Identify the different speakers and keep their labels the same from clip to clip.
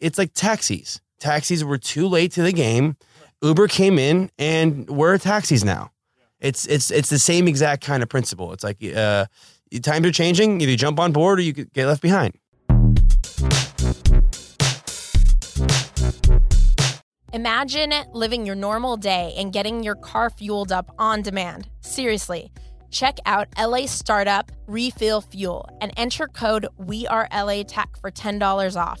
Speaker 1: it's like taxis. Taxis were too late to the game. Uber came in, and we're taxis now. It's it's it's the same exact kind of principle. It's like uh, times are changing. Either you jump on board or you could get left behind.
Speaker 2: Imagine living your normal day and getting your car fueled up on demand. Seriously. Check out LA Startup Refill Fuel and enter code We Are LA Tech for $10 off.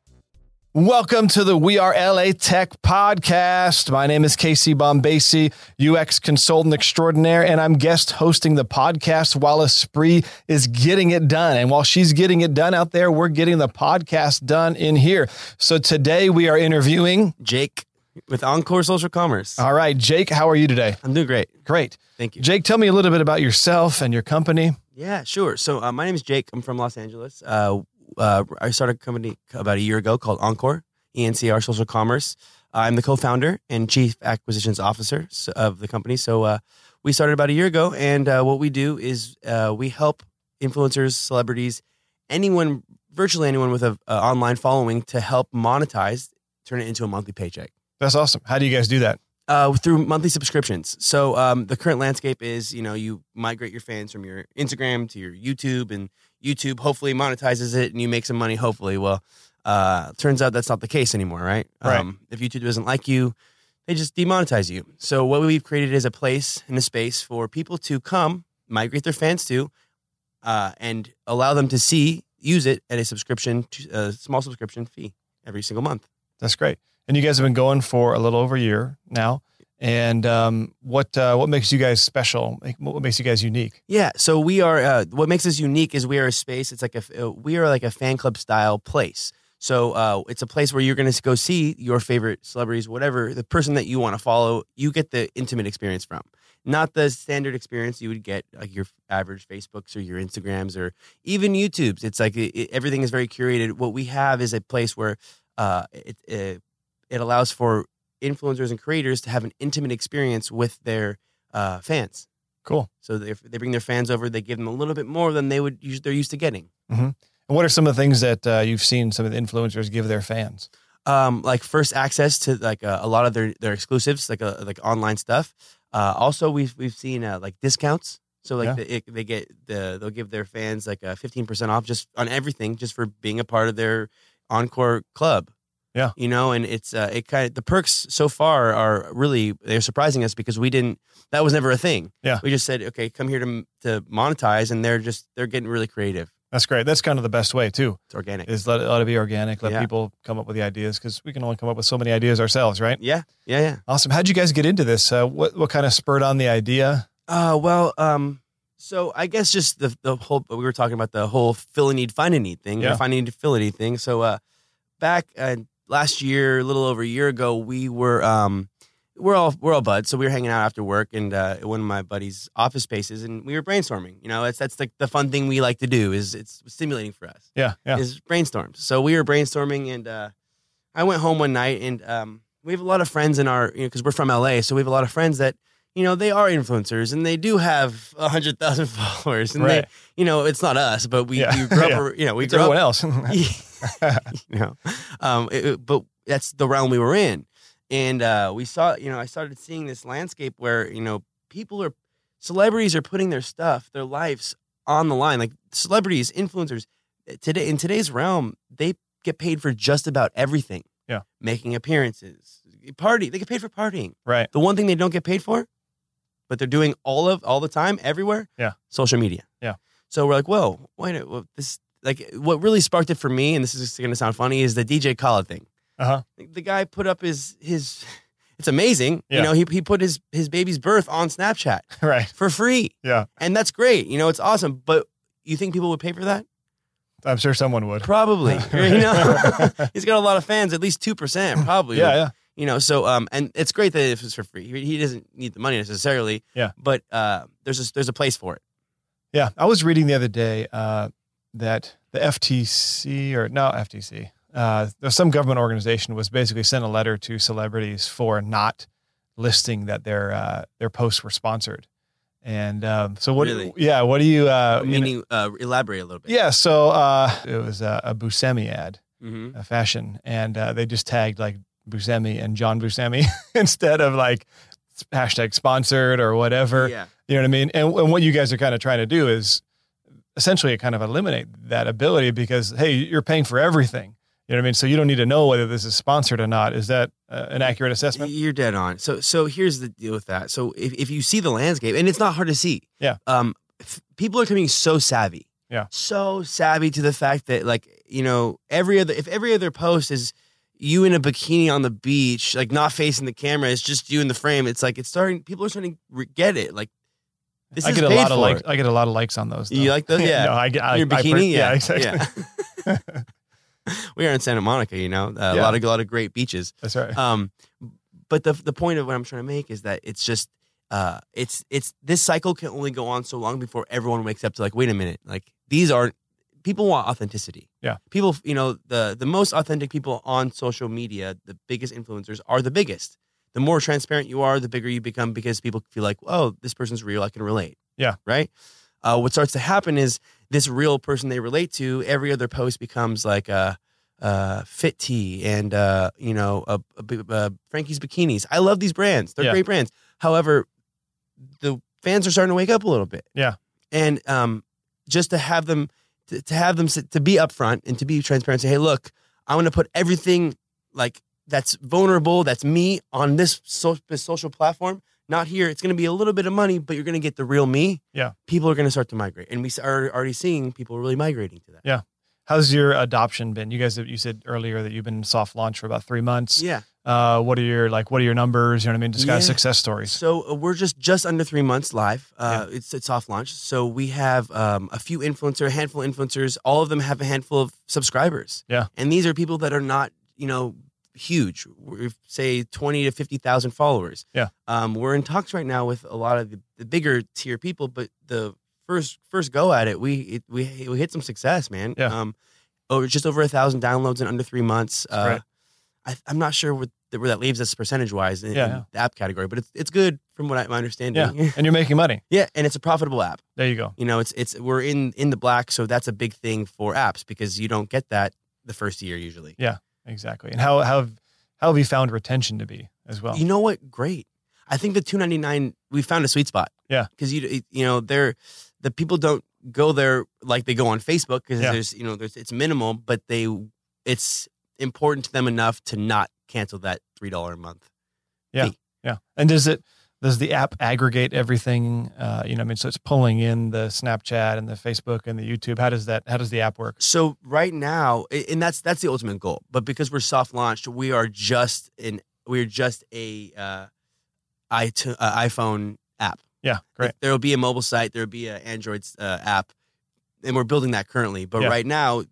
Speaker 3: Welcome to the We Are LA Tech podcast. My name is Casey Bombasi, UX consultant extraordinaire, and I'm guest hosting the podcast while Esprit is getting it done. And while she's getting it done out there, we're getting the podcast done in here. So today we are interviewing.
Speaker 1: Jake with Encore Social Commerce.
Speaker 3: All right, Jake, how are you today?
Speaker 1: I'm doing great.
Speaker 3: Great.
Speaker 1: Thank you.
Speaker 3: Jake, tell me a little bit about yourself and your company.
Speaker 1: Yeah, sure. So uh, my name is Jake. I'm from Los Angeles. Uh, uh, I started a company about a year ago called Encore, E ENCR Social Commerce. I'm the co-founder and chief acquisitions officer s- of the company. So uh, we started about a year ago, and uh, what we do is uh, we help influencers, celebrities, anyone, virtually anyone with an online following to help monetize, turn it into a monthly paycheck
Speaker 3: That's awesome. How do you guys do that?
Speaker 1: uh, through monthly subscriptions. So um, the current landscape is, you know, you migrate your fans from your Instagram to your YouTube, and YouTube hopefully monetizes it, and you make some money. Hopefully, well, uh, turns out that's not the case anymore, right? Um, if
Speaker 3: Right.
Speaker 1: YouTube doesn't like you, they just demonetize you. So what we've created is a place and a space for people to come, migrate their fans to, uh, and allow them to see, use it at a subscription, a small subscription fee every single month.
Speaker 3: That's great. And you guys have been going for a little over a year now. And um, what uh, what makes you guys special? Like, What makes you guys unique?
Speaker 1: Yeah, so we are. Uh, what makes us unique is we are a space. It's like a uh, we are like a fan club style place. So uh, it's a place where you're going to go see your favorite celebrities, whatever the person that you want to follow. You get the intimate experience from, not the standard experience you would get like your average Facebooks or your Instagrams or even YouTubes. It's like it, it- everything is very curated. What we have is a place where uh, it, it it allows for influencers and creators to have an intimate experience with their uh, fans.
Speaker 3: Cool.
Speaker 1: So they they bring their fans over. They give them a little bit more than they would us- they're used to getting.
Speaker 3: And what are some of the things that uh, you've seen some of the influencers give their fans?
Speaker 1: Um, like first access to like uh, a, a lot of their their exclusives, like uh like online stuff. Uh, also, we've we've seen uh, like discounts. So like
Speaker 3: Yeah.
Speaker 1: the, it, they get the they'll give their fans like a fifteen percent off just on everything just for being a part of their encore club.
Speaker 3: Yeah.
Speaker 1: you know, and it's uh, it kind of the perks so far are really they're surprising us because we didn't that was never a thing.
Speaker 3: Yeah.
Speaker 1: we just said okay, come here to to monetize, and they're just they're getting really creative.
Speaker 3: That's great. That's kind of the best way too.
Speaker 1: It's organic.
Speaker 3: Is let it ought to be organic. Let
Speaker 1: Yeah.
Speaker 3: people come up with the ideas because we can only come up with so many ideas ourselves, right?
Speaker 1: Yeah, yeah, yeah.
Speaker 3: Awesome. How'd you guys get into this? Uh, what what kind of spurred on the idea?
Speaker 1: Uh, well, um, so I guess just the the whole we were talking about the whole fill a need, find a need thing,
Speaker 3: Yeah.
Speaker 1: or find a need, fill a need thing. So, uh, back uh, last year, a little over a year ago, we were um, we're all we're all buds, so we were hanging out after work and uh, at one of my buddy's office spaces, and we were brainstorming. You know, it's that's like the fun thing we like to do is it's stimulating for us
Speaker 3: Yeah, yeah.
Speaker 1: is brainstorms. So we were brainstorming, and uh, I went home one night, and um, we have a lot of friends in our, you know, because we're from LA, so we have a lot of friends that, you know, they are influencers and they do have a hundred thousand followers, and
Speaker 3: Right.
Speaker 1: they, you know, it's not us, but we,
Speaker 3: Yeah.
Speaker 1: we grew up,
Speaker 3: Yeah.
Speaker 1: ar- you know, we
Speaker 3: It's
Speaker 1: grew up
Speaker 3: everyone else.
Speaker 1: you know, um, it- it- but that's the realm we were in, and uh, we saw, you know, I started seeing this landscape where you know people are, celebrities are putting their stuff, their lives on the line, like celebrities, influencers. eh, Today in today's realm, they get paid for just about everything.
Speaker 3: Yeah.
Speaker 1: making appearances, party. They get paid for partying.
Speaker 3: right.
Speaker 1: The one thing they don't get paid for, but they're doing all of all the time, everywhere.
Speaker 3: Yeah.
Speaker 1: Social media.
Speaker 3: Yeah.
Speaker 1: So we're like, whoa, wait, a- well, this like what really sparked it for me, and this is going to sound funny, is the DJ Khaled thing.
Speaker 3: Uh-huh.
Speaker 1: The guy put up his his. It's amazing.
Speaker 3: Yeah.
Speaker 1: You know, he he put his his baby's birth on Snapchat
Speaker 3: Right.
Speaker 1: for free.
Speaker 3: Yeah.
Speaker 1: and that's great. You know, it's awesome. But you think people would pay for that?
Speaker 3: I'm sure someone would.
Speaker 1: Probably. you know, he's got a lot of fans. At least two percent, probably.
Speaker 3: Yeah. Yeah.
Speaker 1: You know, so um, and it's great that if it's for free, he, he doesn't need the money necessarily.
Speaker 3: Yeah.
Speaker 1: But uh, there's a, there's a place for it.
Speaker 3: Yeah, I was reading the other day uh, that the FTC or no FTC, uh, there's some government organization was basically sent a letter to celebrities for not listing that their uh, their posts were sponsored. And um, so what?
Speaker 1: Really?
Speaker 3: Yeah, what do you? Uh, you know-
Speaker 1: Meaning, uh, elaborate a little bit.
Speaker 3: yeah, so uh, it was a, a Buscemi ad,
Speaker 1: hmm
Speaker 3: a fashion, and uh, they just tagged like Buscemi and John Buscemi instead of like hashtag sponsored or whatever.
Speaker 1: Yeah.
Speaker 3: You know what I mean? And, and what you guys are kind of trying to do is essentially kind of eliminate that ability because, hey, you're paying for everything. You know what I mean? So you don't need to know whether this is sponsored or not. Is that uh, an accurate assessment?
Speaker 1: You're dead on. So so here's the deal with that. So if, if you see the landscape, and it's not hard to see.
Speaker 3: Yeah.
Speaker 1: Um, f- people are becoming so savvy.
Speaker 3: Yeah.
Speaker 1: So savvy to the fact that like you know every other if every other post is you in a bikini on the beach, like not facing the camera, it's just you in the frame. It's like it's starting. People are starting to re- get it. Like this
Speaker 3: I
Speaker 1: is
Speaker 3: get a
Speaker 1: paid
Speaker 3: lot of
Speaker 1: for.
Speaker 3: likes. I get a lot of likes on those. though.
Speaker 1: You like those? Yeah.
Speaker 3: no, I get I,
Speaker 1: Your
Speaker 3: I per-
Speaker 1: bikini. yeah.
Speaker 3: exactly.
Speaker 1: yeah. we are in Santa Monica. You know, uh,
Speaker 3: Yeah.
Speaker 1: a lot of a lot of great beaches.
Speaker 3: That's right.
Speaker 1: Um, but the the point of what I'm trying to make is that it's just uh, it's it's this cycle can only go on so long before everyone wakes up to like, wait a minute, like these are people want authenticity.
Speaker 3: Yeah.
Speaker 1: people, you know, the the most authentic people on social media, the biggest influencers are the biggest. The more transparent you are, the bigger you become because people feel like, oh, this person's real, I can relate.
Speaker 3: Yeah.
Speaker 1: right. Uh, what starts to happen is this real person they relate to. Every other post becomes like uh, uh, Fit Tee and uh, you know uh, b- uh, Frankie's bikinis. I love these brands; they're
Speaker 3: Yeah.
Speaker 1: great brands. However, the fans are starting to wake up a little bit.
Speaker 3: Yeah.
Speaker 1: and um, just to have them to, to have them sit, to be upfront and to be transparent. Say, hey, look, I'm going to put everything like that's vulnerable, that's me on this, so- this social platform. Not here. It's going to be a little bit of money, but you're going to get the real me.
Speaker 3: Yeah.
Speaker 1: people are going to start to migrate, and we s- are already seeing people really migrating to that.
Speaker 3: How's your adoption been? You guys, you said earlier that you've been in soft launch for about three months.
Speaker 1: Yeah.
Speaker 3: Uh, what are your like? What are your numbers? You know what I mean? Just kind of
Speaker 1: Yeah.
Speaker 3: success stories.
Speaker 1: So uh, we're just just under three months live. Uh, It's it's soft launch. So we have um, a few influencer, a handful of influencers. All of them have a handful of subscribers.
Speaker 3: Yeah.
Speaker 1: and these are people that are not you know huge. We're, say twenty to fifty thousand followers.
Speaker 3: Yeah.
Speaker 1: um, we're in talks right now with a lot of the, the bigger tier people, but the first first go at it, we it, we we hit some success, man.
Speaker 3: Yeah.
Speaker 1: Um, over just over a thousand downloads in under three months. Uh,
Speaker 3: That's great.
Speaker 1: I, I'm not sure what, where that leaves us percentage wise in,
Speaker 3: Yeah,
Speaker 1: in
Speaker 3: yeah.
Speaker 1: the app category, but it's it's good from what I, my understanding. Yeah.
Speaker 3: And you're making money.
Speaker 1: and it's a profitable app.
Speaker 3: There you go.
Speaker 1: You know, it's it's we're in in the black, so that's a big thing for apps because you don't get that the first year usually.
Speaker 3: Exactly. And how how have- how have you found retention to be as well?
Speaker 1: You know what? Great. I think the 2.99 we found a sweet spot.
Speaker 3: Yeah.
Speaker 1: because you you know they're the people don't go there like they go on Facebook because
Speaker 3: Yeah.
Speaker 1: there's you know there's it's minimal, but they it's important to them enough to not cancel that three dollar a month.
Speaker 3: Yeah. And does it does the app aggregate everything? Uh, you know, I mean, so it's pulling in the Snapchat and the Facebook and the YouTube. How does that? How does the app work?
Speaker 1: So right now, a- and that's that's the ultimate goal. But because we're soft launched, we are just an we're just a uh, iTunes, uh, iPhone app.
Speaker 3: Yeah. Great.
Speaker 1: There will be a mobile site. There will be an Android uh, app, and we're building that currently. But
Speaker 3: Yeah.
Speaker 1: right now,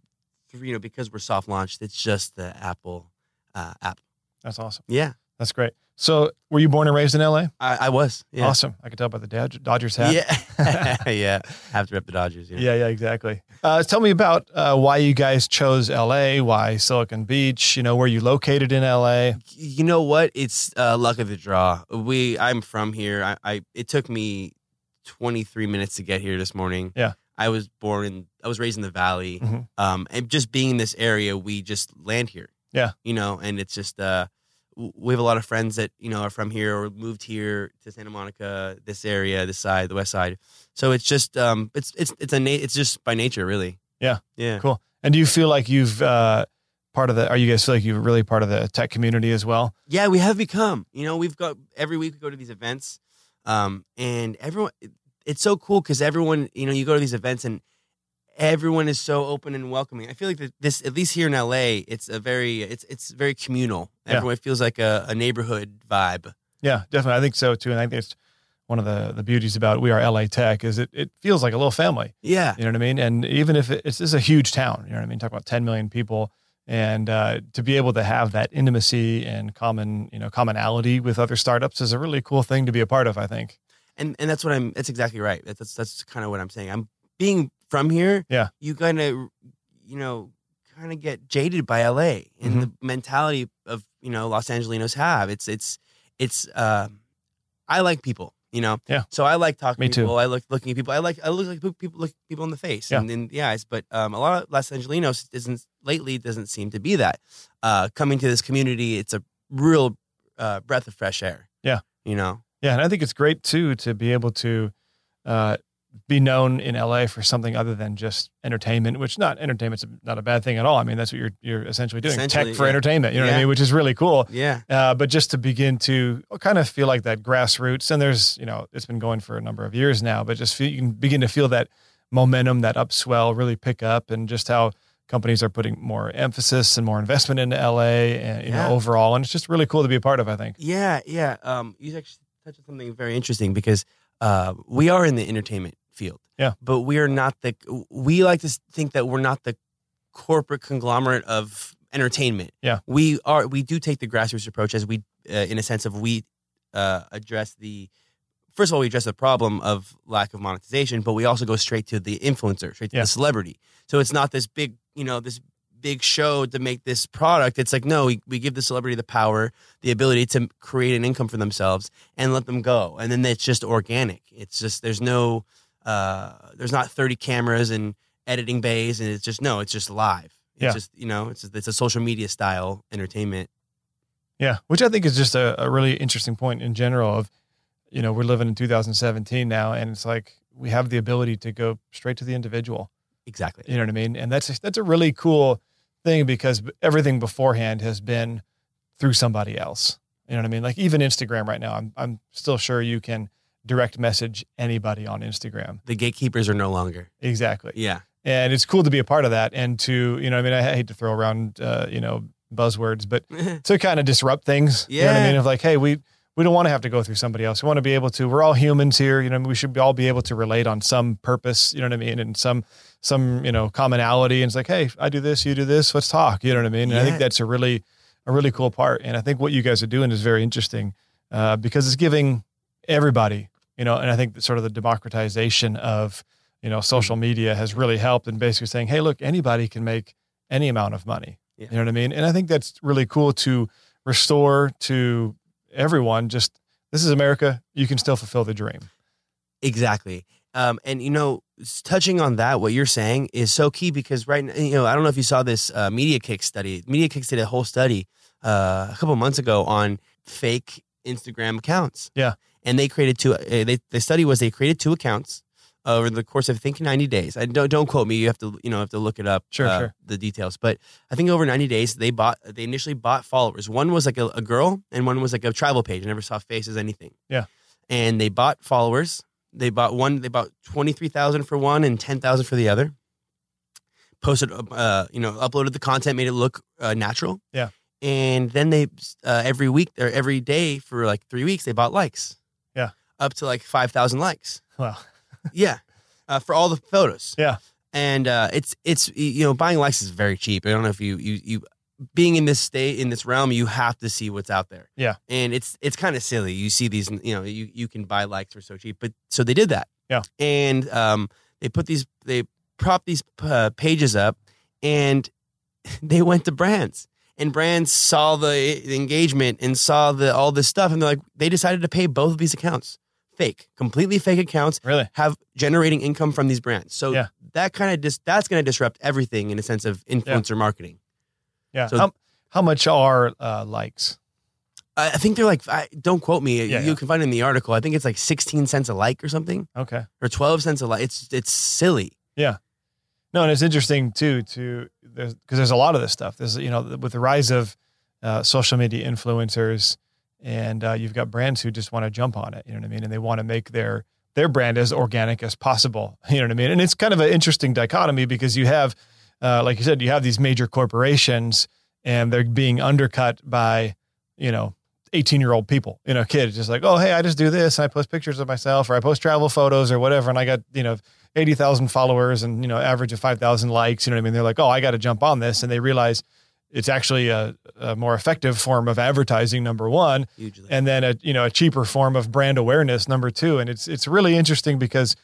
Speaker 1: you know, because we're soft launched, it's just the Apple uh, app.
Speaker 3: That's awesome.
Speaker 1: Yeah,
Speaker 3: That's great. So, were you born and raised in LA?
Speaker 1: I, I was. Yeah.
Speaker 3: Awesome. I could tell by the Dodge- Dodgers hat.
Speaker 1: Yeah, yeah. Have to rep the Dodgers. You know?
Speaker 3: Yeah, yeah, exactly. Uh, tell me about uh, why you guys chose LA, why Silicon Beach, you know, where you located in LA.
Speaker 1: you know what? It's uh, luck of the draw. We, I'm from here. I, I, it took me 23 minutes to get here this morning.
Speaker 3: Yeah.
Speaker 1: I was born in, I was raised in the valley.
Speaker 3: Mhm.
Speaker 1: Um, and just being in this area, we just land here.
Speaker 3: Yeah.
Speaker 1: You know, and it's just, uh, w- we have a lot of friends that you know are from here or moved here to Santa Monica, this area, this side, the west side. So it's just, um, it's it's it's a na- it's just by nature, really.
Speaker 3: Yeah.
Speaker 1: Yeah.
Speaker 3: And do you feel like you've uh, part of the? Are you guys feel like you're really part of the tech community as well?
Speaker 1: Yeah, we have become. You know, we've got every week we go to these events, um, and everyone. It's so cool because everyone, you know, you go to these events and everyone is so open and welcoming. I feel like that this, at least here in LA, it's a very it's it's very communal.
Speaker 3: Yeah.
Speaker 1: Everyone feels like a, a neighborhood vibe.
Speaker 3: Yeah, definitely. I think so too. And I think it's one of the, the beauties about We Are LA Tech is it, it feels like a little family.
Speaker 1: Yeah,
Speaker 3: You know what I mean? And even if it, it's, it's a huge town, you know what I mean? Talk about 10 million people and uh, to be able to have that intimacy and common, you know, commonality with other startups is a really cool thing to be a part of, I think.
Speaker 1: and and that's what I'm. That's exactly right. That's that's, that's kind of what I'm saying. I'm being from here.
Speaker 3: Yeah.
Speaker 1: you kind of you know kind of get jaded by LA and the
Speaker 3: Mm-hmm.
Speaker 1: mentality of you know Los Angelinos have. It's it's it's. Uh, I like people. You know.
Speaker 3: Yeah.
Speaker 1: So I like talking
Speaker 3: Me
Speaker 1: to
Speaker 3: too.
Speaker 1: people. I like looking at people. I like I look like people look people in the face
Speaker 3: Yeah.
Speaker 1: and in the eyes. But um, a lot of Los Angelinos isn't lately doesn't seem to be that. Uh, coming to this community, it's a real uh, breath of fresh air.
Speaker 3: Yeah.
Speaker 1: You know.
Speaker 3: Yeah. And I think it's great too to be able to uh, be known in LA for something other than just entertainment, which not entertainment's not a bad thing at all. I mean, that's what you're, you're essentially doing
Speaker 1: Essentially,
Speaker 3: tech for
Speaker 1: yeah.
Speaker 3: entertainment, you know what I
Speaker 1: Yeah.
Speaker 3: mean? Which is really cool.
Speaker 1: Yeah.
Speaker 3: uh, but just to begin to kind of feel like that grassroots and there's you know it's been going for a number of years now but just feel, you can begin to feel that momentum that upswell really pick up and just how companies are putting more emphasis and more investment into la and you
Speaker 1: Yeah.
Speaker 3: know overall and it's just really cool to be a part of i think
Speaker 1: Yeah, yeah. Um, you actually touched on something very interesting because uh, we are in the entertainment field.
Speaker 3: Yeah.
Speaker 1: But we are not the. We like to s- think that we're not the corporate conglomerate of entertainment.
Speaker 3: Yeah.
Speaker 1: We are. We do take the grassroots approach as we, uh, in a sense of we uh, address the. First of all, we address the problem of lack of monetization, but we also go straight to the influencer, straight to
Speaker 3: Yeah.
Speaker 1: the celebrity. So it's not this big, you know, this big show to make this product. It's like no, we, we give the celebrity the power the ability to create an income for themselves and let them go. And then it's just organic. It's just there's no uh there's not 30 cameras and editing bays and it's just no, it's just live. It's
Speaker 3: Yeah.
Speaker 1: just you know, it's it's a social media style entertainment.
Speaker 3: yeah which i think is just a, a really interesting point in general of you know we're living in 2017 now and it's like we have the ability to go straight to the individual
Speaker 1: Exactly.
Speaker 3: You know what I mean? And that's that's a really cool thing because everything beforehand has been through somebody else. You know what I mean? Like even Instagram right now, I'm I'm still sure you can direct message anybody on Instagram.
Speaker 1: The gatekeepers are no longer.
Speaker 3: Exactly.
Speaker 1: Yeah.
Speaker 3: And it's cool to be a part of that and to, you know, what I mean, I hate to throw around uh, you know, buzzwords, but to kind of disrupt things. You know what I
Speaker 1: Yeah.
Speaker 3: mean? Of like, hey, we we don't want to have to go through somebody else. We want to be able to. We're all humans here. You know, we should all be able to relate on some purpose. You know what I mean? And some some you know commonality. And it's like, hey, I do this, you do this. Let's talk. You know what I mean? And I think
Speaker 1: Yeah.
Speaker 3: that's a really a really cool part. And I think what you guys are doing is very interesting uh, because it's giving everybody. You know, and I think that sort of the democratization of you know social
Speaker 1: Mm.
Speaker 3: media has really helped and basically saying, hey, look, anybody can make any amount of money.
Speaker 1: Yeah.
Speaker 3: You know what I mean? And I think that's really cool to restore to everyone. Just this is America. You can still fulfill the dream.
Speaker 1: Exactly. Um, and you know, s- touching on that, what you're saying is so key because right now, you know, I don't know if you saw this uh, Media Kick study. Media Kicks did a whole study uh, a couple months ago on fake Instagram accounts.
Speaker 3: Yeah.
Speaker 1: and they created two. Uh, they, the study was they created two accounts over the course of I think 90 days. I don't don't quote me. You have to you know have to look it up.
Speaker 3: Sure,
Speaker 1: uh,
Speaker 3: sure.
Speaker 1: The details, but I think over 90 days they bought they initially bought followers. One was like a, a girl, and one was like a travel page. I never saw faces anything.
Speaker 3: Yeah.
Speaker 1: and they bought followers. They bought one. They bought twenty three thousand for one and ten thousand for the other. Posted, uh, you know, uploaded the content, made it look uh, natural.
Speaker 3: Yeah.
Speaker 1: And then they uh, every week or every day for like three weeks they bought likes.
Speaker 3: Yeah.
Speaker 1: Up to like five thousand likes.
Speaker 3: Well,
Speaker 1: yeah. Uh, for all the photos.
Speaker 3: Yeah.
Speaker 1: And uh, it's it's you know buying likes is very cheap. I don't know if you you you being in this state in this realm, you have to see what's out there.
Speaker 3: Yeah.
Speaker 1: And it's it's kind of silly. You see these, you know, you you can buy likes for so cheap, but so they did that.
Speaker 3: Yeah.
Speaker 1: And um, they put these they prop these uh, pages up, and they went to brands. And brands saw the the engagement and saw the all this stuff, and they're like, they decided to pay both of these accounts, fake, completely fake accounts,
Speaker 3: really,
Speaker 1: have generating income from these brands. So
Speaker 3: Yeah.
Speaker 1: that kind of dis- that's going to disrupt everything in a sense of influencer marketing.
Speaker 3: yeah.
Speaker 1: So-
Speaker 3: how, how much are uh, likes?
Speaker 1: I I think they're like, I, don't quote me.
Speaker 3: Yeah,
Speaker 1: you
Speaker 3: yeah.
Speaker 1: can find it in the article. I think it's like 16 cents a like or something,
Speaker 3: Okay.
Speaker 1: or 12 cents a like. It's it's silly.
Speaker 3: No, and it's interesting too to because there's, a lot of this stuff. There's you know with the rise of uh, social media influencers, and uh, you've got brands who just want to jump on it. You know what I mean? And they want to make their their brand as organic as possible. You know what I mean? And it's kind of an interesting dichotomy because you have, uh, like you said, you have these major corporations and they're being undercut by, you know, 18 year old people, you know, kids just like, oh, hey, I just do this. And I post pictures of myself or I post travel photos or whatever. And I got, you know, 80,000 followers and, you know, average of 5,000 likes. You know what I mean? They're like, oh, I got to jump on this. And they realize it's actually a, a more effective form of advertising, number one
Speaker 1: hugely.
Speaker 3: and then a you know a cheaper form of brand awareness number two and it's it's really interesting because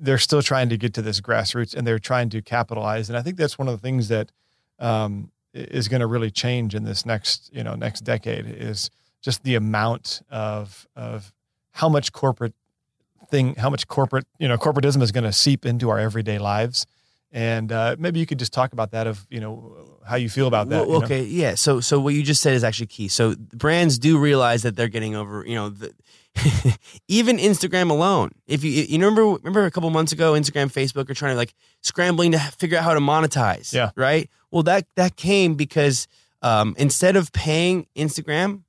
Speaker 3: they're still trying to get to this grassroots and they're trying to capitalize and i think that's one of the things that um, i- is going to really change in this next you know next decade is just the amount of of how much corporate thing how much corporate you know corporatism is going to seep into our everyday lives and uh, maybe you could just talk about that of you know how you feel about that
Speaker 1: Well,
Speaker 3: you know?
Speaker 1: okay, yeah. So, so what you just said is actually key. So brands do realize that they're getting over. You know, the, even Instagram alone. If you you remember remember a couple months ago, Instagram, Facebook are trying to like scrambling to figure out how to monetize.
Speaker 3: Yeah.
Speaker 1: Right. Well, that that came because um, instead of paying Instagram,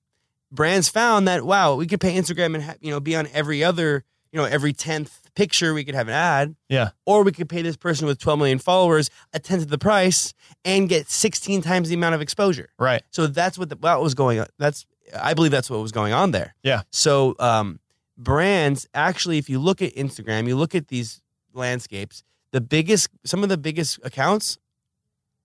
Speaker 1: brands found that wow, we could pay Instagram and ha- you know be on every other you know every tenth picture we could have an ad.
Speaker 3: Yeah.
Speaker 1: Or we could pay this person with 12 million followers a tenth of the price and get 16 times the amount of exposure.
Speaker 3: right
Speaker 1: So that's what the, what was going on. That's I believe that's what was going on there.
Speaker 3: Yeah.
Speaker 1: So um, brands actually, if you look at Instagram, you look at these landscapes. The biggest, some of the biggest accounts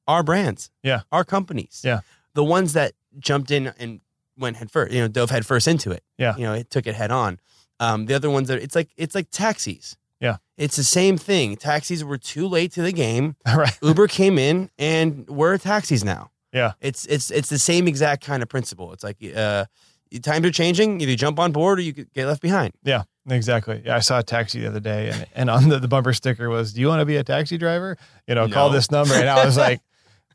Speaker 1: are brands.
Speaker 3: Yeah.
Speaker 1: Are companies.
Speaker 3: Yeah.
Speaker 1: The ones that jumped in and went head first, you know, dove head first into it.
Speaker 3: Yeah.
Speaker 1: You know, it took it head on. Um, the other ones that it's like it's like taxis.
Speaker 3: Yeah.
Speaker 1: It's the same thing. Taxis were too late to the game.
Speaker 3: right
Speaker 1: Uber came in and we're taxis now.
Speaker 3: Yeah.
Speaker 1: It's it's it's the same exact kind of principle. It's like uh times are changing, either you jump on board or you could get left behind.
Speaker 3: Yeah, exactly. Yeah, I saw a taxi the other day, and, and on the, the bumper sticker was, "Do you want to be a taxi driver? You know, call
Speaker 1: No.
Speaker 3: this number." And I was like,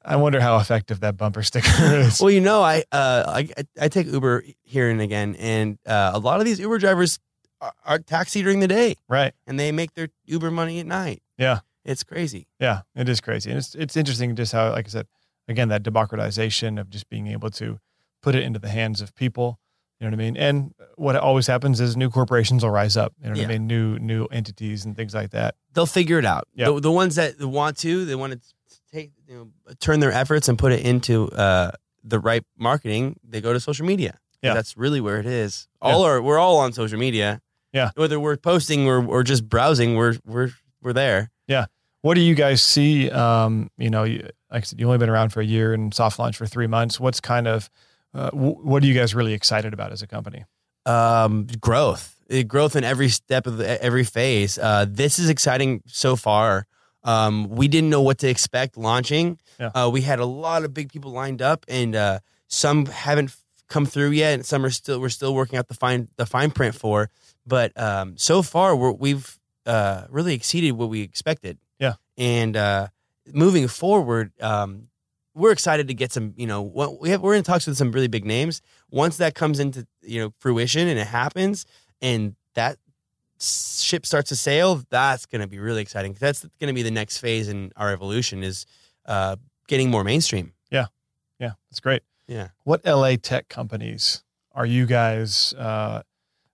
Speaker 3: "I wonder how effective that bumper sticker is."
Speaker 1: Well, you know, I uh I I take Uber here and again and uh, a lot of these Uber drivers are, are taxi during the day
Speaker 3: right?
Speaker 1: and they make their Uber money at night.
Speaker 3: Yeah.
Speaker 1: It's crazy.
Speaker 3: Yeah, it is crazy, and it's it's interesting just how, like I said, again that democratization of just being able to put it into the hands of people. You know what I mean? And what always happens is new corporations will rise up. You know what
Speaker 1: Yeah.
Speaker 3: I mean? New new entities and things like that.
Speaker 1: They'll figure it out.
Speaker 3: Yeah.
Speaker 1: The, the ones that want to, they want to take you know turn their efforts and put it into uh the right marketing, they go to social media.
Speaker 3: Yeah.
Speaker 1: That's really where it is.
Speaker 3: Yeah.
Speaker 1: All are we're all on social media.
Speaker 3: Yeah.
Speaker 1: Whether we're posting or, or just browsing, we're we're we're there.
Speaker 3: What do you guys see? Um, you know, you, like I said, you've only been around for a year and soft launch for three months. What's kind of, uh, w- what are you guys really excited about as a company?
Speaker 1: Um growth. Uh, Growth in every step of the, e, every phase. Uh this is exciting so far. Um we didn't know what to expect launching.
Speaker 3: Yeah.
Speaker 1: Uh we had a lot of big people lined up and uh some haven't f- come through yet and some are still we're still working out the fine the fine print for but um so far we're, we've uh really exceeded what we expected
Speaker 3: Yeah.
Speaker 1: and uh moving forward um we're excited to get some you know what we have we're in talks with some really big names once that comes into you know fruition and it happens and that s- ship starts to sail that's going to be really exciting that's going to be the next phase in our evolution is uh getting more mainstream
Speaker 3: Yeah, that's great.
Speaker 1: Yeah.
Speaker 3: What LA tech companies are you guys, uh,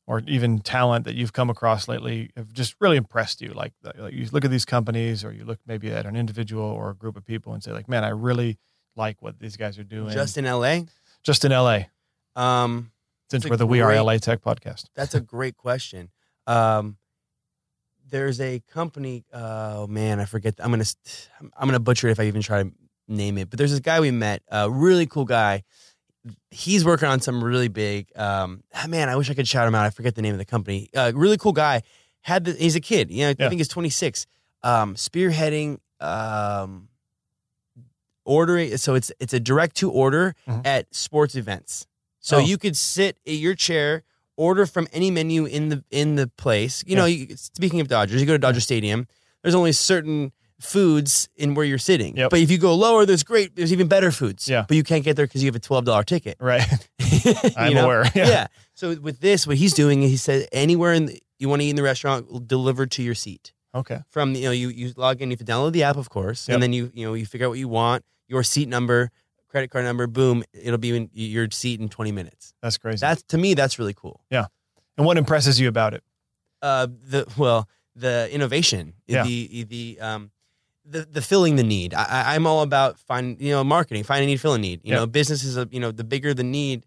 Speaker 3: or even talent that you've come across lately have just really impressed you? Like, like you look at these companies, or you look maybe at an individual or a group of people and say, like, man, I really like what these guys are doing.
Speaker 1: just in la
Speaker 3: just in LA,
Speaker 1: um
Speaker 3: since
Speaker 1: a
Speaker 3: we're the We Are
Speaker 1: great-
Speaker 3: LA Tech podcast.
Speaker 1: That's a great question. Um, there's a company. Oh man, I forget. I'm gonna st- I'm gonna butcher it if I even try to name it. But there's this guy we met. A really cool guy. He's working on some really big. Um, ah, man, I wish I could shout him out. I forget the name of the company. Uh, really cool guy. Had the, he's a kid. You know,
Speaker 3: Yeah.
Speaker 1: I think he's 26. Um, spearheading. Um, ordering. So it's it's a direct to order
Speaker 3: Mhm.
Speaker 1: at sports events. So
Speaker 3: Oh.
Speaker 1: you could sit at your chair order from any menu in the in the place. You know, you, speaking of Dodgers, you go to Dodger Stadium. There's only certain foods in where you're sitting.
Speaker 3: Yep.
Speaker 1: But if you go lower, there's great. There's even better foods.
Speaker 3: Yeah.
Speaker 1: But you can't get there because you have a twelve dollar ticket.
Speaker 3: Right. I'm
Speaker 1: You know?
Speaker 3: aware.
Speaker 1: Yeah. So with this, what he's doing, he said anywhere in the, you want to eat in the restaurant, delivered to your seat
Speaker 3: Okay.
Speaker 1: from you know you you log in, you have to download the app, of course,
Speaker 3: Yep.
Speaker 1: and then you you know you figure out what you want, your seat number, credit card number, boom, it'll be in your seat in 20 minutes.
Speaker 3: That's crazy.
Speaker 1: That's to me, that's really cool.
Speaker 3: and what impresses you about it?
Speaker 1: uh, the well the innovation,
Speaker 3: Yeah.
Speaker 1: the the um, the the filling the need. I- I, I'm all about find you know marketing, find a need, fill a need. You
Speaker 3: Yeah.
Speaker 1: know, business is a you know the bigger the need,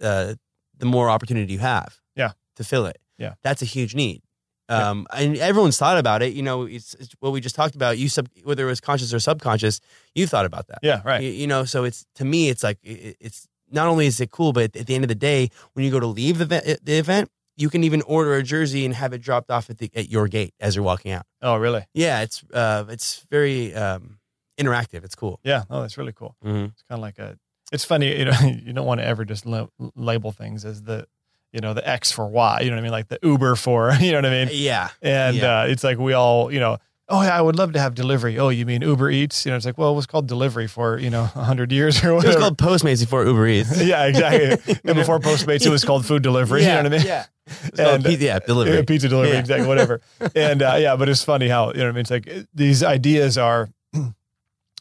Speaker 1: uh, the more opportunity you have.
Speaker 3: Yeah.
Speaker 1: to fill it.
Speaker 3: Yeah.
Speaker 1: that's a huge need.
Speaker 3: Yeah.
Speaker 1: Um, and everyone's thought about it. You know, it's, it's what we just talked about. You sub, whether it was conscious or subconscious, you thought about that.
Speaker 3: Yeah, right.
Speaker 1: You, you know, so it's to me, it's like it, it's not only is it cool, but at the end of the day, when you go to leave the, ve- the event, you can even order a jersey and have it dropped off at the at your gate as you're walking out.
Speaker 3: Oh, really?
Speaker 1: Yeah, it's uh, it's very um, interactive. It's cool.
Speaker 3: Yeah. Oh, that's really cool.
Speaker 1: Mm-hmm.
Speaker 3: It's kind of like a. It's funny, you know. You don't want to ever just la- label things as the, you know, the X for Y. You know what I mean? Like the Uber for. You know what I mean?
Speaker 1: Uh, Yeah,
Speaker 3: And
Speaker 1: Yeah.
Speaker 3: uh, it's like we all, you know, oh, yeah, I would love to have delivery. Oh, you mean Uber Eats? You know, it's like, well, it was called delivery for, you know, 100 years or
Speaker 1: it was
Speaker 3: whatever.
Speaker 1: called Postmates before Uber Eats.
Speaker 3: uh, yeah, exactly. and before Postmates, it was called food delivery.
Speaker 1: yeah,
Speaker 3: you know what I mean?
Speaker 1: Yeah, It's called
Speaker 3: And- uh,
Speaker 1: P- yeah, delivery.
Speaker 3: Yeah, pizza delivery,
Speaker 1: Yeah.
Speaker 3: exactly, whatever. and uh, yeah, but it's funny how, you know what I mean? It's like uh, these ideas are,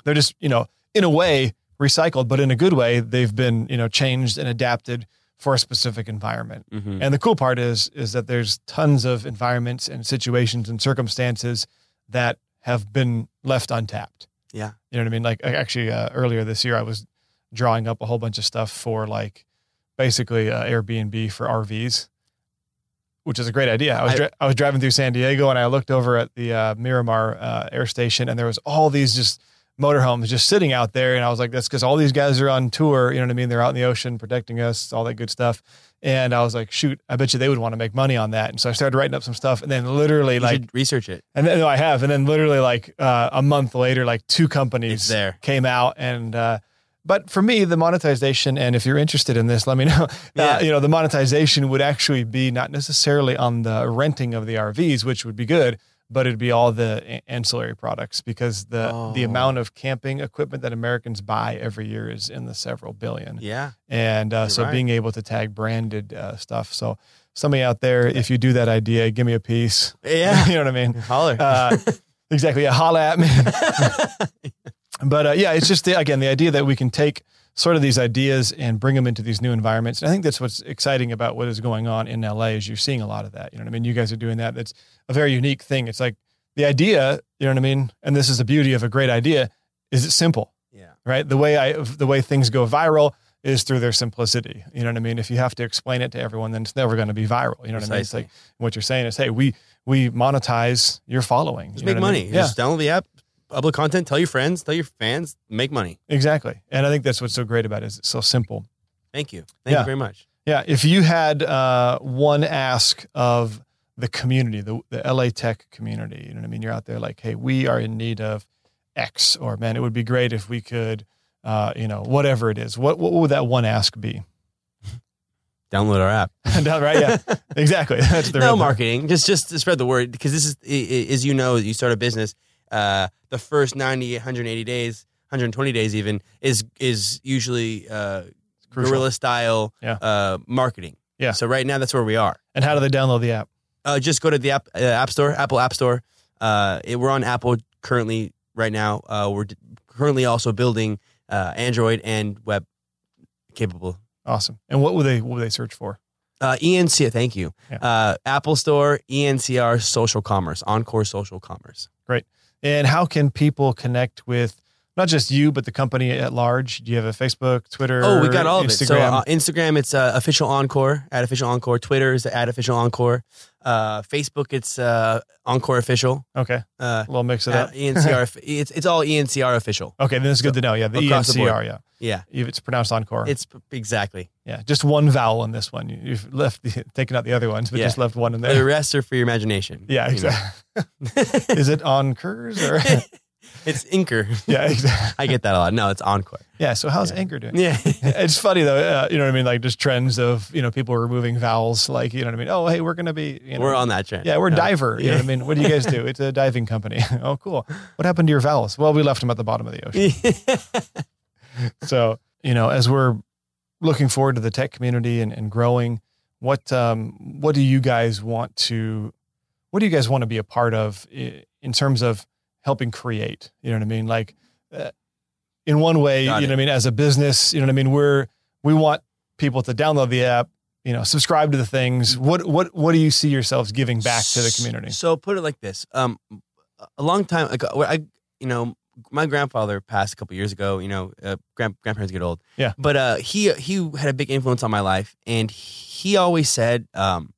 Speaker 3: they're just, you know, in a way recycled, but in a good way, they've been, you know, changed and adapted for a specific environment.
Speaker 1: Mhm.
Speaker 3: And the cool part is is that there's tons of environments and situations and circumstances that have been left untapped.
Speaker 1: Yeah.
Speaker 3: You know what I mean? Like I- actually uh, earlier this year I was drawing up a whole bunch of stuff for like basically uh, Airbnb for RVs, which is a great idea. I was
Speaker 1: I-
Speaker 3: dri- I was driving through San Diego and I looked over at the uh, Miramar uh, air station and there was all these just motorhomes just sitting out there. And I was like, that's because all these guys are on tour. You know what I mean? They're out in the ocean protecting us, all that good stuff. And I was like, shoot, I bet you they would want to make money on that. And so I started writing up some stuff. And then literally,
Speaker 1: You
Speaker 3: like,
Speaker 1: should research it.
Speaker 3: and then no, I have. And then literally, like, uh, a month later, like two
Speaker 1: It's
Speaker 3: companies
Speaker 1: there.
Speaker 3: came out and, uh, but for me, the monetization, and if you're interested in this, let me know. Uh,
Speaker 1: Yeah.
Speaker 3: you know, the monetization would actually be not necessarily on the renting of the RVs, which would be good, but it'd be all the a- ancillary products because the the
Speaker 1: Oh.
Speaker 3: amount of camping equipment that Americans buy every year is in the several billion
Speaker 1: Yeah,
Speaker 3: and uh,
Speaker 1: You're
Speaker 3: so
Speaker 1: right.
Speaker 3: being able to tag branded uh, stuff. So somebody out there, if you do that idea, give me a piece.
Speaker 1: yeah.
Speaker 3: you know what I mean?
Speaker 1: Holler.
Speaker 3: Uh, exactly. Yeah, holla at me. but uh, yeah, it's just the, again the idea that we can take sort of these ideas and bring them into these new environments. And I think that's what's exciting about what is going on in LA is you're seeing a lot of that. You know what I mean? You guys are doing that. That's a very unique thing. It's like the idea. You know what I mean? And this is the beauty of a great idea. Is it's simple
Speaker 1: yeah.
Speaker 3: right? The way I the way things go viral is through their simplicity. You know what I mean? If you have to explain it to everyone, then it's never going to be viral. You know what I mean? It's
Speaker 1: Precisely.
Speaker 3: like what you're saying is, hey, we we monetize your following.
Speaker 1: Just
Speaker 3: You know
Speaker 1: make
Speaker 3: what I mean?
Speaker 1: money.
Speaker 3: Yeah,
Speaker 1: Just download the app, upload content, tell your friends, tell your fans, make money.
Speaker 3: exactly. And I think that's what's so great about it is it's so simple.
Speaker 1: Thank you. Thank
Speaker 3: Yeah.
Speaker 1: you very much.
Speaker 3: Yeah. If you had uh, one ask of the community, the, the LA tech community, you know what I mean? You're out there like, hey, we are in need of X, or man, it would be great if we could, uh, you know, whatever it is. What what would that one ask be?
Speaker 1: Download our app.
Speaker 3: No, right? Yeah, exactly. That's the
Speaker 1: no
Speaker 3: real-
Speaker 1: marketing. Just just to spread the word because this is i- i- as you know, you start a business. Uh, the first 90, 180 days, 120 days even is is usually uh,
Speaker 3: crucial.
Speaker 1: guerrilla style
Speaker 3: Yeah.
Speaker 1: uh, marketing.
Speaker 3: Yeah.
Speaker 1: So right now that's where we are.
Speaker 3: And how do they download the app?
Speaker 1: Uh, just go to the app uh, app store, Apple App Store. Uh, it- we're on Apple currently right now. Uh, we're d- currently also building uh, Android and web capable
Speaker 3: Awesome. And what would they what would they search for?
Speaker 1: Uh, ENC, thank you.
Speaker 3: Yeah.
Speaker 1: Uh, Apple Store, E ENCR, social commerce, Encore social commerce.
Speaker 3: And how can people connect with not just you but the company at large? Do you have a Facebook, Twitter?
Speaker 1: Oh, we got all of it. So
Speaker 3: Instagram?
Speaker 1: uh, Instagram, it's uh, official Encore at official Encore. Twitter is at official Encore. Uh, Facebook, it's uh, Encore official.
Speaker 3: okay,
Speaker 1: Uh,
Speaker 3: a little mix it
Speaker 1: at
Speaker 3: up.
Speaker 1: ENCR, it's it's all E ENCR official.
Speaker 3: Okay, then it's good to know. Yeah, the E
Speaker 1: Across the board.
Speaker 3: ENCR. yeah,
Speaker 1: Yeah,
Speaker 3: if it's pronounced encore.
Speaker 1: it's p- exactly.
Speaker 3: yeah, just one vowel in this one. You- You've left the, taken out the other ones, but
Speaker 1: Yeah.
Speaker 3: just left one in
Speaker 1: The
Speaker 3: there.
Speaker 1: rest are for your imagination.
Speaker 3: Yeah,
Speaker 1: you know.
Speaker 3: exactly. Is it Encores or?
Speaker 1: it's Inker.
Speaker 3: yeah, exactly.
Speaker 1: I get that a lot. No, it's Encore.
Speaker 3: Yeah. So how's Anchor doing?
Speaker 1: Yeah,
Speaker 3: it's funny though, uh, you know what I mean? Like just trends of you know people removing vowels, like you know what I mean? Oh, hey, we're gonna be, you know,
Speaker 1: we're on that trend.
Speaker 3: yeah, we're
Speaker 1: Uh,
Speaker 3: diver. You know
Speaker 1: yeah.
Speaker 3: what I mean? What do you guys do? It's a diving company. oh, cool. What happened to your vowels? Well, we left them at the bottom of the ocean. so you know, as we're looking forward to the tech community and, and growing, what um what do you guys want to, what do you guys want to be a part of i- in terms of helping create? You know what I mean? Like. Uh, in one way,
Speaker 1: Got it.
Speaker 3: you know what I mean, as a business, you know what I mean, we're we want people to download the app, you know, subscribe to the
Speaker 1: Mm.
Speaker 3: things. What what what do you see yourselves giving back to the community?
Speaker 1: So put it like this: um, a long time ago, where I, you know, my grandfather passed a couple years ago. You know, uh, grand, grandparents get old.
Speaker 3: Yeah.
Speaker 1: But uh, he he had a big influence on my life, and he always said, um,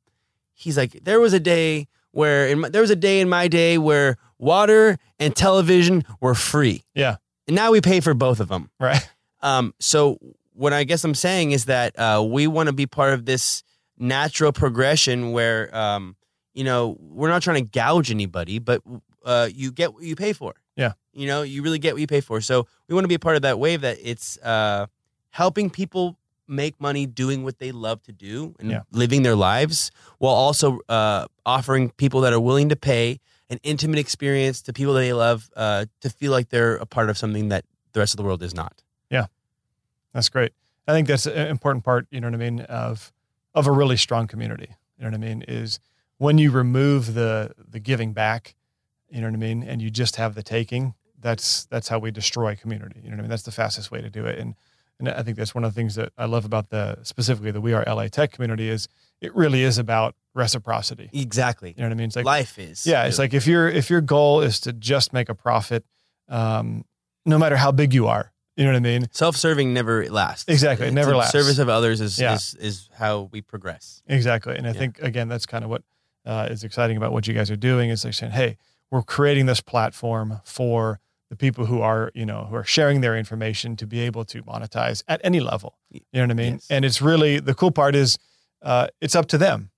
Speaker 1: he's like, there was a day where in my, there was a day in my day where water and television were free.
Speaker 3: Yeah.
Speaker 1: And now we pay for both of them.
Speaker 3: Right.
Speaker 1: Um, so what I guess I'm saying is that uh, we want to be part of this natural progression where um, you know we're not trying to gouge anybody, but uh, you get what you pay for.
Speaker 3: Yeah.
Speaker 1: you know, you really get what you pay for. So we want to be a part of that wave that it's uh, helping people make money doing what they love to do and
Speaker 3: Yeah.
Speaker 1: living their lives while also uh, offering people that are willing to pay an intimate experience to people that they love uh, to feel like they're a part of something that the rest of the world is not.
Speaker 3: That's great. I think that's an important part, you know what I mean, of of a really strong community. You know what I mean? Is when you remove the the giving back, you know what I mean, and you just have the taking, that's that's how we destroy community. You know what I mean? That's the fastest way to do it. And and I think that's one of the things that I love about the specifically the We Are LA Tech community is it really is about reciprocity.
Speaker 1: Exactly.
Speaker 3: You know what I mean? It's like
Speaker 1: Life is.
Speaker 3: Yeah, it's like if your if your goal is to just make a profit, um, no matter how big you are, you know what I mean.
Speaker 1: self serving never lasts.
Speaker 3: Exactly, it never
Speaker 1: the
Speaker 3: lasts.
Speaker 1: Service of others is,
Speaker 3: Yeah.
Speaker 1: is is how we progress.
Speaker 3: Exactly, and I
Speaker 1: Yeah.
Speaker 3: think again that's kind of what uh, is exciting about what you guys are doing is like saying, hey, we're creating this platform for the people who are you know who are sharing their information to be able to monetize at any level. You know what I mean?
Speaker 1: Yes.
Speaker 3: And it's really the cool part is uh, it's up to them.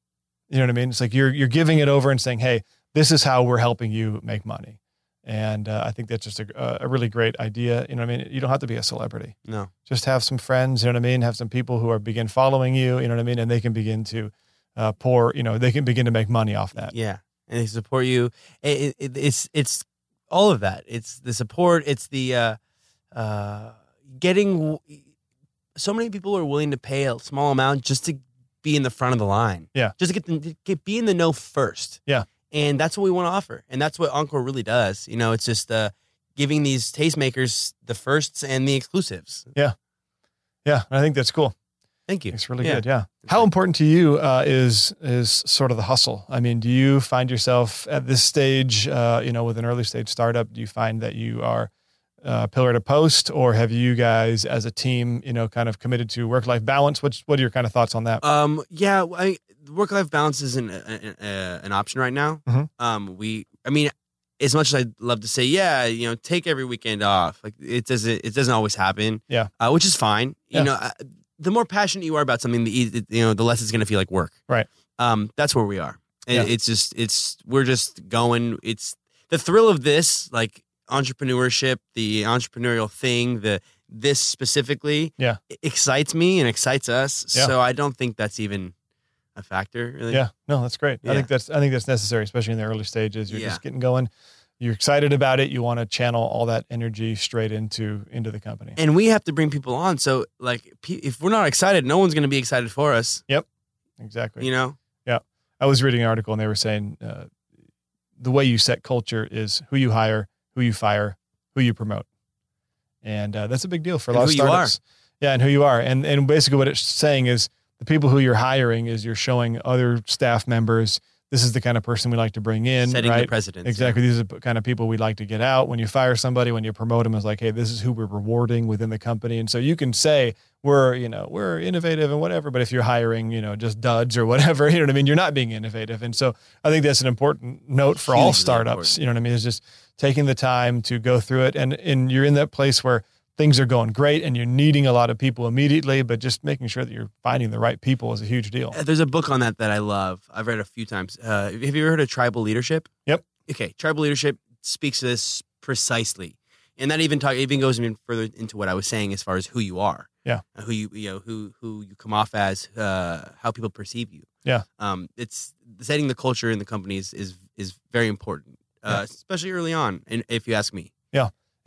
Speaker 3: You know what I mean? It's like you're you're giving it over and saying, hey, this is how we're helping you make money. And uh, I think that's just a, a really great idea. You know what I mean? You don't have to be a celebrity
Speaker 1: No.
Speaker 3: just have some friends, you know what I mean? Have some people who are begin following you, you know what I mean? And they can begin to uh, pour, you know, they can begin to make money off that.
Speaker 1: Yeah. And they support you. It, it, it's it's all of that. It's the support. It's the uh, uh, getting. So many people are willing to pay a small amount just to be in the front of the line.
Speaker 3: Yeah.
Speaker 1: Just to get them to get be in the know first.
Speaker 3: Yeah.
Speaker 1: And that's what we want to offer, and that's what Encore really does. You know, it's just uh, giving these tastemakers the firsts and the exclusives.
Speaker 3: Yeah, I think that's cool.
Speaker 1: Thank you.
Speaker 3: It's really
Speaker 1: Yeah.
Speaker 3: good. Yeah. How important to you uh, is is sort of the hustle? I mean, do you find yourself at this stage, uh, you know, with an early stage startup, do you find that you are uh, pillar to post, or have you guys as a team, you know, kind of committed to work life balance? What's what are your kind of thoughts on that?
Speaker 1: Um, yeah, I work life balance isn't a, a, a- an option right now.
Speaker 3: Mhm.
Speaker 1: Um, we, I mean, as much as I'd love to say, yeah, you know, take every weekend off, like it doesn't, it doesn't always happen.
Speaker 3: Yeah.
Speaker 1: uh, which is fine.
Speaker 3: Yeah.
Speaker 1: You know, I, the more passionate you are about something, the eas- you know, the less it's going to feel like work.
Speaker 3: Right.
Speaker 1: Um, that's where we are. It,
Speaker 3: Yeah.
Speaker 1: It's just, it's we're just going. It's the thrill of this, like entrepreneurship, the entrepreneurial thing, the this specifically e,
Speaker 3: Yeah.
Speaker 1: excites me and excites us.
Speaker 3: Yeah.
Speaker 1: So I don't think that's even a factor. Really.
Speaker 3: Yeah, no, that's great. I
Speaker 1: Yeah.
Speaker 3: think that's I think that's necessary, especially in the early stages. You're
Speaker 1: Yeah.
Speaker 3: just getting going. You're excited about it. You want to channel all that energy straight into into the company.
Speaker 1: And we have to bring people on. So like, pe- if we're not excited, no one's going to be excited for us.
Speaker 3: Exactly.
Speaker 1: You know.
Speaker 3: I was reading an article and they were saying uh, the way you set culture is who you hire, who you fire, who you promote, and uh, that's a big deal for a
Speaker 1: And
Speaker 3: lot of
Speaker 1: who you are.
Speaker 3: startups. Yeah, and who you are, and and basically what it's saying is the people who you're hiring is you're showing other staff members this is the kind of person we like to bring in,
Speaker 1: Setting
Speaker 3: right?
Speaker 1: the precedent.
Speaker 3: Exactly. These are the kind of people we like to get out. When you fire somebody, when you promote them, it's like, hey, this is who we're rewarding within the company. And so you can say we're, you know, we're innovative and whatever. But if you're hiring, you know, just duds or whatever, you know what I mean, you're not being innovative. And so I think that's an important note for all
Speaker 1: Hugely
Speaker 3: startups.
Speaker 1: important.
Speaker 3: You know what I mean? Is just taking the time to go through it, and and you're in that place where things are going great, and you're needing a lot of people immediately, but just making sure that you're finding the right people is a huge deal.
Speaker 1: Uh, There's a book on that that I love. I've read a few times. Uh, have you ever heard of tribal leadership?
Speaker 3: Yep.
Speaker 1: Okay, tribal leadership speaks to this precisely, and that even talk even goes even further into what I was saying as far as who you are.
Speaker 3: Yeah.
Speaker 1: Uh, Who you you know who who you come off as, uh, how people perceive you.
Speaker 3: Yeah.
Speaker 1: Um, it's setting the culture in the company is is, is very important, uh, especially early on, and if you ask me.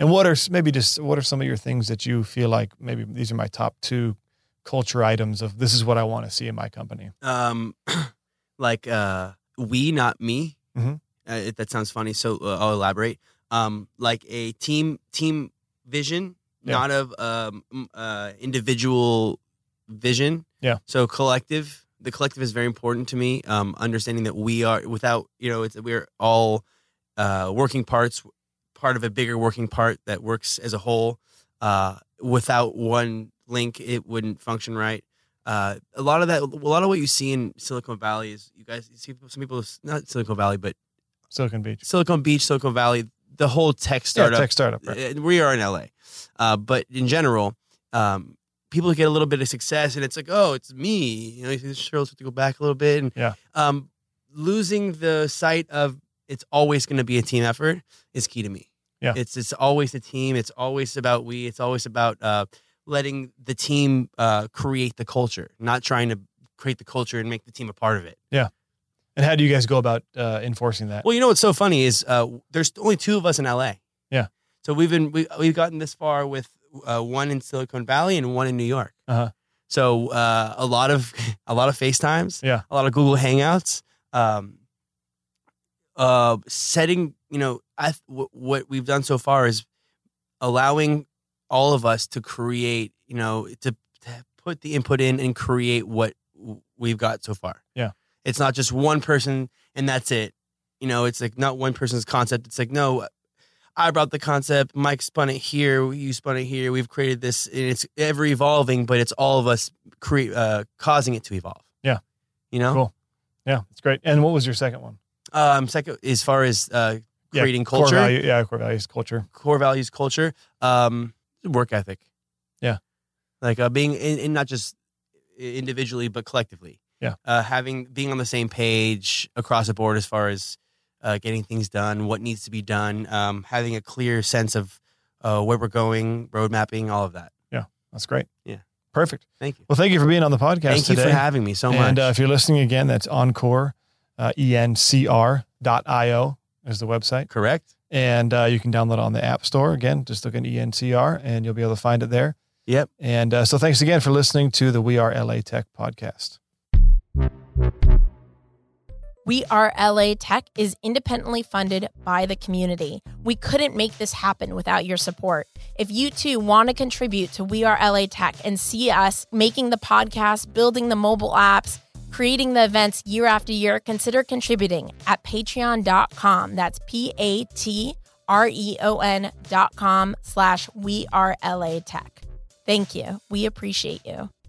Speaker 3: And what are maybe just what are some of your things that you feel like maybe these are my top two culture items of this is what I want to see in my company?
Speaker 1: um, like uh, we, not me.
Speaker 3: Mhm.
Speaker 1: Uh, if that sounds funny, so uh, I'll elaborate. Um, like a team team vision,
Speaker 3: Yeah.
Speaker 1: not of um, m- uh, individual vision.
Speaker 3: Yeah.
Speaker 1: So collective the collective is very important to me. Um, understanding that we are without you know it's, we're all uh, working parts, part of a bigger working part that works as a whole. Uh, without one link, it wouldn't function right. Uh, a lot of that, a lot of what you see in Silicon Valley is you guys you see some people not Silicon Valley, but
Speaker 3: Silicon Beach.
Speaker 1: Silicon Beach, Silicon Valley, the whole tech startup.
Speaker 3: Yeah, tech startup. Right.
Speaker 1: Uh, we are in LA, uh, but in general, um, people get a little bit of success, and it's like, oh, it's me. You know, this shows have to go back a little bit, and
Speaker 3: Yeah.
Speaker 1: um, losing the sight of it's always going to be a team effort is key to me.
Speaker 3: Yeah.
Speaker 1: it's it's always a team. It's always about we. It's always about uh, letting the team uh, create the culture, not trying to create the culture and make the team a part of it.
Speaker 3: And how do you guys go about uh, enforcing that?
Speaker 1: Well, you know what's so funny is uh, there's only two of us in LA.
Speaker 3: Yeah.
Speaker 1: So we've been we, we've gotten this far with uh, one in Silicon Valley and one in New York.
Speaker 3: Uh-huh.
Speaker 1: So uh, a lot of a lot of FaceTimes.
Speaker 3: Yeah.
Speaker 1: A lot of Google Hangouts. Um, uh, setting you know I w- what we've done so far is allowing all of us to create you know to, to put the input in and create what w- we've got so far.
Speaker 3: Yeah.
Speaker 1: It's not just one person and that's it. You know, it's like not one person's concept. It's like, no, I brought the concept. Mike spun it here. You spun it here. We've created this, and it's ever evolving, but it's all of us cre- uh, causing it to evolve.
Speaker 3: Yeah.
Speaker 1: You know?
Speaker 3: Cool. Yeah, it's great. And what was your second one?
Speaker 1: Um, second, as far as uh,
Speaker 3: Yeah,
Speaker 1: creating
Speaker 3: core
Speaker 1: culture,
Speaker 3: value- yeah, core values, culture.
Speaker 1: core values, culture, um, work ethic.
Speaker 3: Yeah.
Speaker 1: Like uh, being, in, in not just individually, but collectively.
Speaker 3: Yeah.
Speaker 1: Uh, having, being on the same page across the board as far as uh, getting things done, what needs to be done, um, having a clear sense of uh, where we're going, road mapping, all of that.
Speaker 3: That's great.
Speaker 1: Yeah.
Speaker 3: Perfect.
Speaker 1: Thank you.
Speaker 3: Well, thank you for being on the podcast
Speaker 1: Thank you
Speaker 3: today.
Speaker 1: for having me so much.
Speaker 3: And uh, if you're listening again, that's Encore, uh, E-N-C-R dot I-O is the website.
Speaker 1: Correct?
Speaker 3: And uh, you can download it on the App Store. Again, just look E at ENCR and you'll be able to find it there.
Speaker 1: Yep.
Speaker 3: And uh, so thanks again for listening to the We Are LA Tech podcast.
Speaker 2: We Are LA Tech is independently funded by the community. We couldn't make this happen without your support. If you too want to contribute to We Are LA Tech and see us making the podcast, building the mobile apps, creating the events year after year, consider contributing at patreon.com. That's P A T R E O N dot com slash We Are LA Tech. Thank you. We appreciate you.